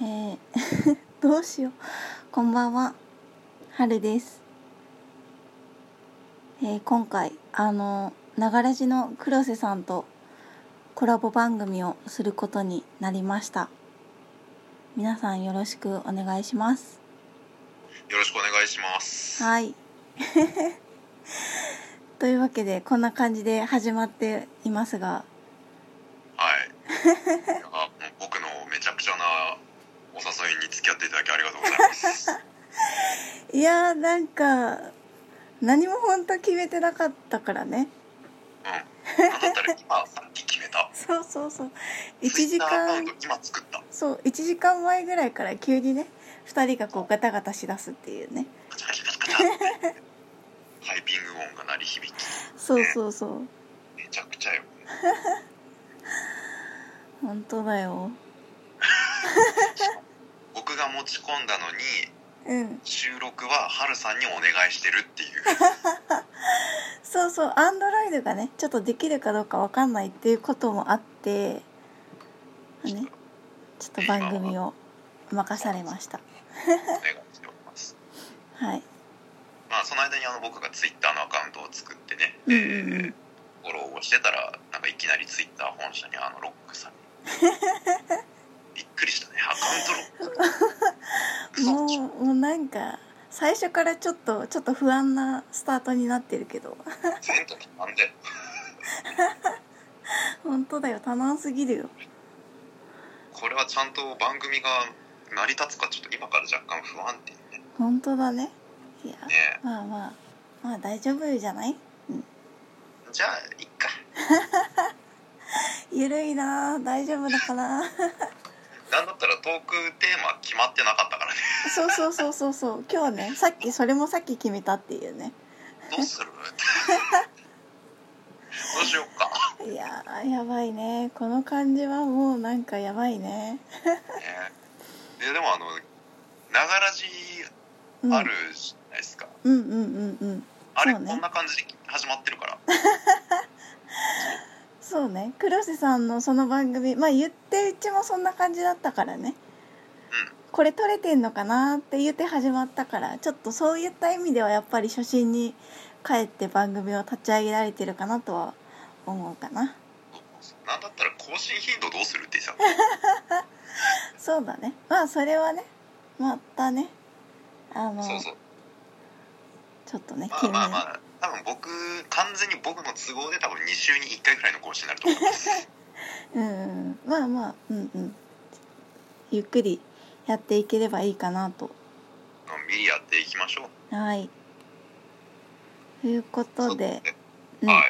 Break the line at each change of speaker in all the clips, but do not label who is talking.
えー どうしようこんばんは春です、えー今回あの流れ地の黒瀬さんとコラボ番組をすることになりました皆さんよろしくお願いします
よろしくお願いします。
はい というわけでこんな感じで始まっていますが
はい。あ、僕のめちゃくちゃなお誘いに付き合っていただきありがとうござい ます。
いやーなんか何も本当決めてなかったからね
うん。なんだったら今さっき決めた。
そうそうそう1
Twitter
時
アカウ
間
ント今作った。
そう1時間前ぐらいから急にね2人がこうガタガタしだすっていうね
カチャカチャカチャカチャって。ハイピング音が鳴り響き。
そうそうそう
めちゃくちゃよ。
本当だよ
僕が持ち込んだの
う
に
ん
収録はハルさんにお願いしてるっていう。
そうそうアンドロイドがねちょっとできるかどうかわかんないっていうこともあって ねちょっと番組を任されました
お願いしております。
はい
まあその間にあの僕がツイッターのアカウントを作ってね。
うんうんうん
フォローをしてたらなんかいきなりツイッター本社にあのロッ クされびっくりしたねアカウントロックされ
も
クソ
うもうなんか最初からちょっとちょっと不安なスタートになってるけど
全国なんで
本当だよ多難すぎるよ
これはちゃんと番組が成り立つかちょっと今から若干不安定ね
本当だねいや
ね
まあまあまあ大丈夫じゃない
じゃあいっか
ゆるいなあ大丈夫だから
なんだったらトークテーマ決まってなかったからね
そうそうそうそうそう今日ねさっきそれもさっき決めたっていうね
どう するどうしようか、
いやあやばいねこの感じはもうなんかやばいね
ね、いやでもあのながらじ
うん
あるじゃないですか、
うんうんうんうん
あれ、
そうね
こんな感じで始まってるから
そうね黒瀬さんのその番組まあ言ってうちもそんな感じだったからね、これ撮れてんのかなって言って始まったからちょっとそういった意味ではやっぱり初心に帰って番組を立ち上げられてるかなとは思うかな
なんだったら更新頻度どうするってさ
そうだねまあそれはねまたねあの
そうそう
ちょっとね
ま
決
あ
め
まあまあ多分僕完全に僕の都合で多分2週に1回くらいの更新になると思います
うんうんまあまあうんうんゆっくりやっていければいいかなと
のんびりやっていきましょう
はいということで、うん
はい、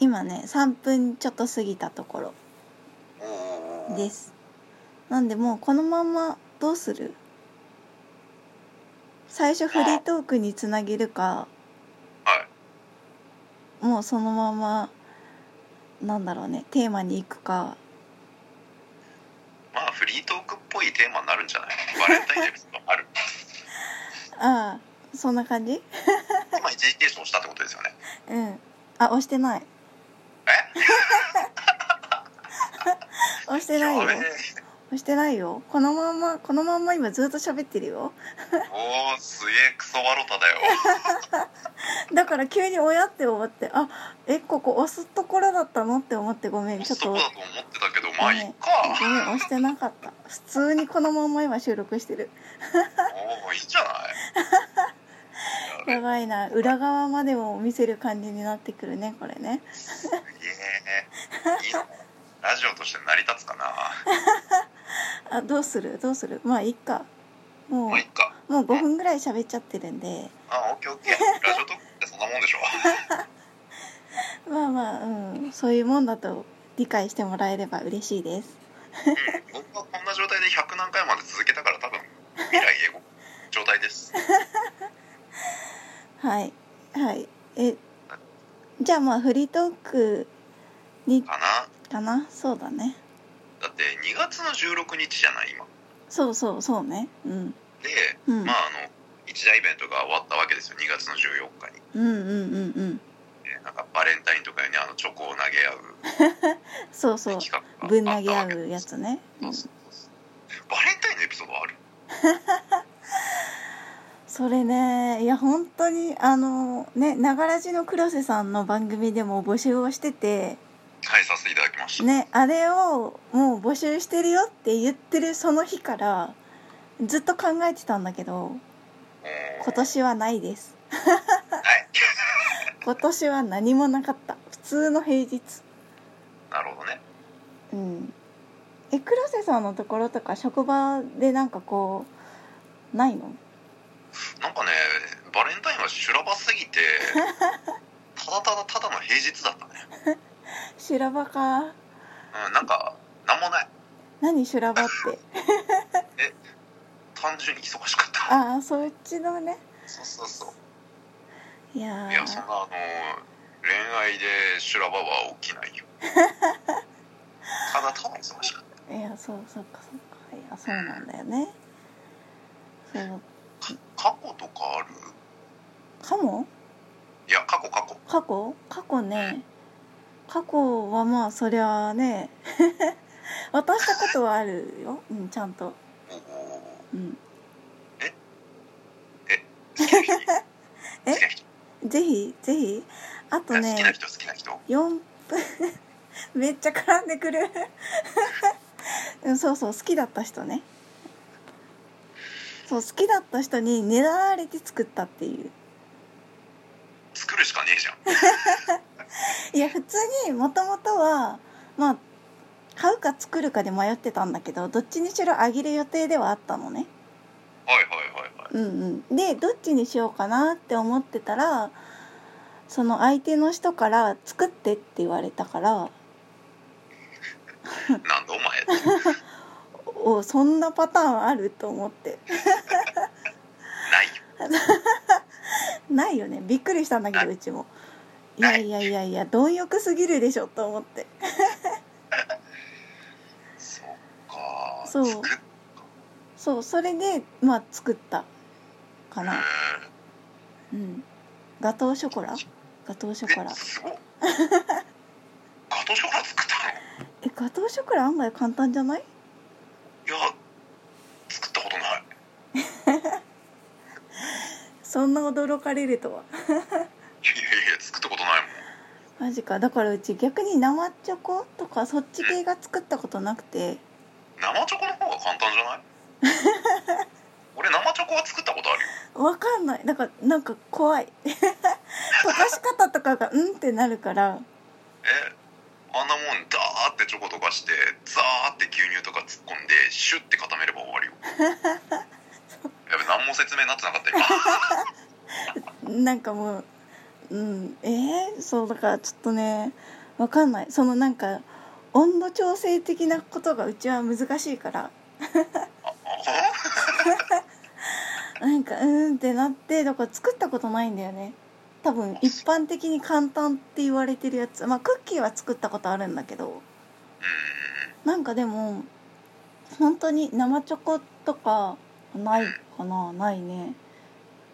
今ね3分ちょっと過ぎたとこ
おーおー
ろ
おー
ですなんでもうこのままどうする最初フリートークにつなげるか
はい
もうそのままなんだろうねテーマに行くか
まあフリートークっぽいテーマになるんじゃないバレンタインデーですかある
ああそんな感じ
今一時停止をしたってことですよね
うんあ押してない
え
押してないよ
やべえ
押してないよこのまんまこのまんま今ずっと喋ってるよ
おーすげえクソワロタだよ
だから急に親って思ってあえここ押すところだったのって思ってごめんちょっ
そ
と
こだと思ってたけどまあいっか、
ごめん押してなかった普通にこのまんま今収録してる
おーいいんじゃない
やばいな裏側までも見せる感じになってくるねこれね
いいえいいのラジオとして成り立つかな
あどうするどうするまあいっかも
もういっ
う
か
もう5分ぐらい喋っちゃってるんで
あオッケーオッケーラジオトークってそんなもんで しょ
まあまあうんそういうもんだと理解してもらえれば嬉しいです
うん僕はこんな状態で100何回まで続けたから多分未来英語状態です
はいはいえじゃあまあフリートークに
かな
かなそうだね
だって2月の16日じゃない今
そうそうそうねうん
で、
うん
まああの一大イベントが終わったわけですよ2月の14日に、
うんうんうんうん
えーなんかバレンタインとかにあのチョコを投げ合う
そうそう
企画があったわけ
ぶん投げ合うや
です
つね、うん
そうそうそうバレンタインのエピソード
それねいや本当にあのねながらじの黒瀬さんの番組でも募集をしてて
はいさせていただきました、
ねあれをもう募集してるよって言ってるその日からずっと考えてたんだけど
えー
今年はないです
はい
今年は何もなかった普通の平日
なるほどね
うんえ黒瀬さんのところとか職場でなんかこうないの
なんかねバレンタインは修羅場すぎ てただただただの平日だったね、
修羅場か
うん、なんかなんもない
何修羅場って
単純に忙しかった
ああそっちのね
そうそうそう
いやー
いやそんなあの恋愛で修羅場は起きな いよただただ忙しかっ
いやそうそっかそっかいやそうなんだよねそう
た過去とかある
かも
いや過去過去
過去過去ね過去はまあそりゃあね 渡したことはあるよ、うん、ちゃんと、
おお
うん、 え
好きな人好きな人
ぜひぜひあと
好きな
ね
人好きな人
4分 めっちゃ絡んでくる うんそうそう好きだった人ねそう好きだった人にねだられて作ったっていう
作るしかねえじゃん
いや普通にもともとはまあ買うか作るかで迷ってたんだけどどっちにしろあげる予定ではあったのね
はいはいはいはい
うんうん、でどっちにしようかなって思ってたらその相手の人から「作って」って言われたから
なんだお前
おそんなパターンあると思って
ないよ
ないよねびっくりしたんだけどうちもいやいやいやいや貪欲すぎるでしょと思って
そっか
そう
作っ
そうそれでまあ作ったか
へ
なうんガトーショコラガトーショコ
ー
ラ
えすごっガトーショコラ作ったの
えガトーショコラ案外簡単じゃない
いや作ったことない
そんな驚かれるとはい
やいやいや作ったことないもん
マジかだからうち逆に生チョコとかそっち系が作ったことなくて
生チョコの方が簡単じゃない 俺生チョコは作ったことあるよ
わかんないだからなんか怖い 溶かし方とかがうんってなるから
えあんなもんダーってチョコ溶かしてザーって牛乳とか突っ込んでシュッて固めれば 終わりよやべ何も説明になってなかった 今
なんかもううんえー、そうだからちょっとねわかんないそのなんか温度調整的なことがうちは難しいから
あ
なんかうーんってなってだから作ったことないんだよね多分一般的に簡単って言われてるやつまあクッキーは作ったことあるんだけど
う
なんかでも本当に生チョコとかないかなないね
ん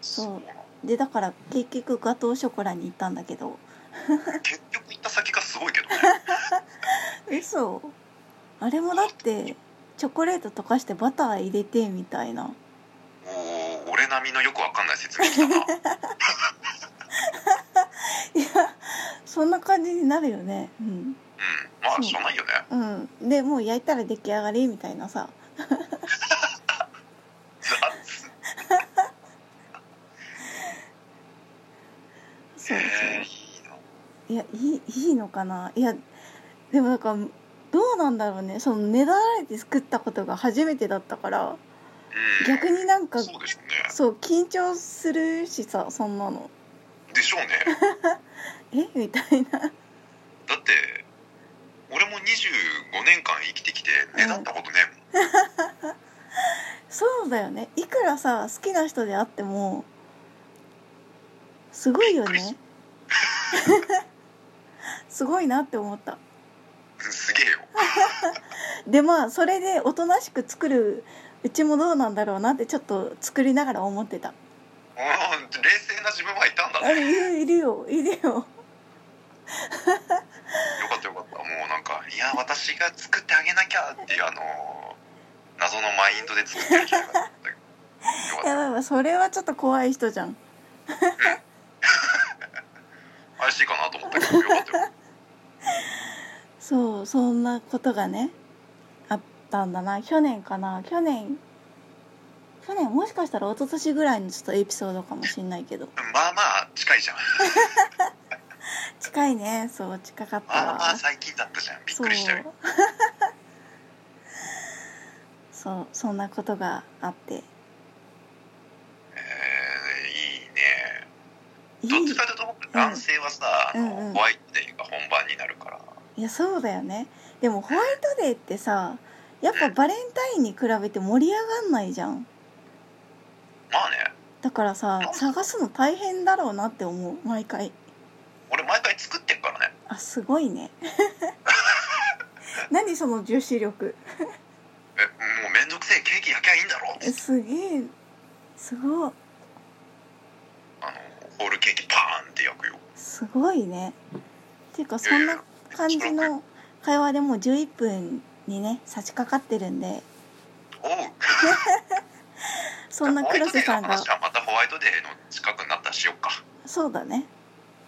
そうでだから結局ガトーショコラに行ったんだけど
結局行った先がすごいけどね
嘘あれもだってチョコレート溶かしてバター入れてみたいな
おお俺並みのよくわかんない説明きたな
いやそんな感じになるよねうん、
うんまあしょうがないよね
うん、でもう焼いたら出来上がりみたいなさ
ザー
そうそう
えー、いいな
いやいいいいのかないやでもなんかどうなんだろうねそのねだられて作ったことが初めてだったから
うん
逆になんか
そうでしょうね
そう緊張するしさそんなの
でしょうね
えみたいな
だって俺も25年間生きてきてねだったことね、
そうだよねいくらさ好きな人であってもすごいよね すごいなって思った
すげえよ
でまあそれでおとなしく作るうちもどうなんだろうなってちょっと作りながら思ってた
うん冷静な自分はいたんだ
あ
ね
いるいるよいるよ
よかったよかったもうなんかいや私が 作ってあげなきゃっていうあの謎のマインドで作ってる気がよとか
やばいやばいそれはちょっと怖い人じゃん
怪しいかなと思ったけどよかったよ
そうそんなことがねあったんだな去年かな去年去年もしかしたら一昨年ぐらいのちょっとエピソードかもしんないけど
まあまあ近いじゃん
近いねそう近かった
まあ
わ
まあ最近だったじゃんびっくりした
そ
よ
うそう そんなことがあって
えー、い
い
いねどっ
い
ちかというと僕男性はさ、あの
うんうん
ホワイトデーが本番になるから
いやそうだよねでもホワイトデーってさやっぱバレンタインに比べて盛り上がんないじゃん
まあね
だからさ探すの大変だろうなって思う毎回
俺毎回作ってるからね
あすごいね 何その女子力
えもうめんどくせえケーキ焼きゃいいんだろ
えすげえすごい
あのホールケーキパーンって焼くよ
すごいねていうかそんな感じの会話でもう11分にね差し掛かってるんで
おう
そんな黒瀬さんが
ホワイトデーの話はまたホワイトデーの近くになったらしよっか
そうだね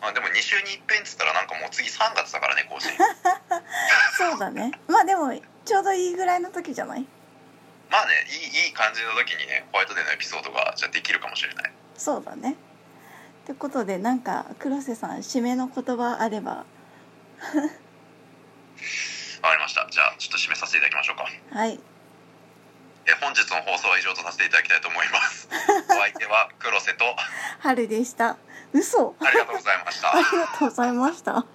あでも2週に一遍っつったらなんかもう次3月だからね更 新
そうだねまあでもちょうどいいぐらいの時じゃない
まあねいいいい感じの時にねホワイトデーのエピソードがじゃあできるかもしれない
そうだねってことでなんか黒瀬さん締めの言葉あれば
わかりましたじゃあちょっと締めさせていただきましょうか
はい
え本日の放送は以上とさせていただきたいと思いますお相手は黒瀬と
春でした嘘
ありがとうございました
ありがとうございました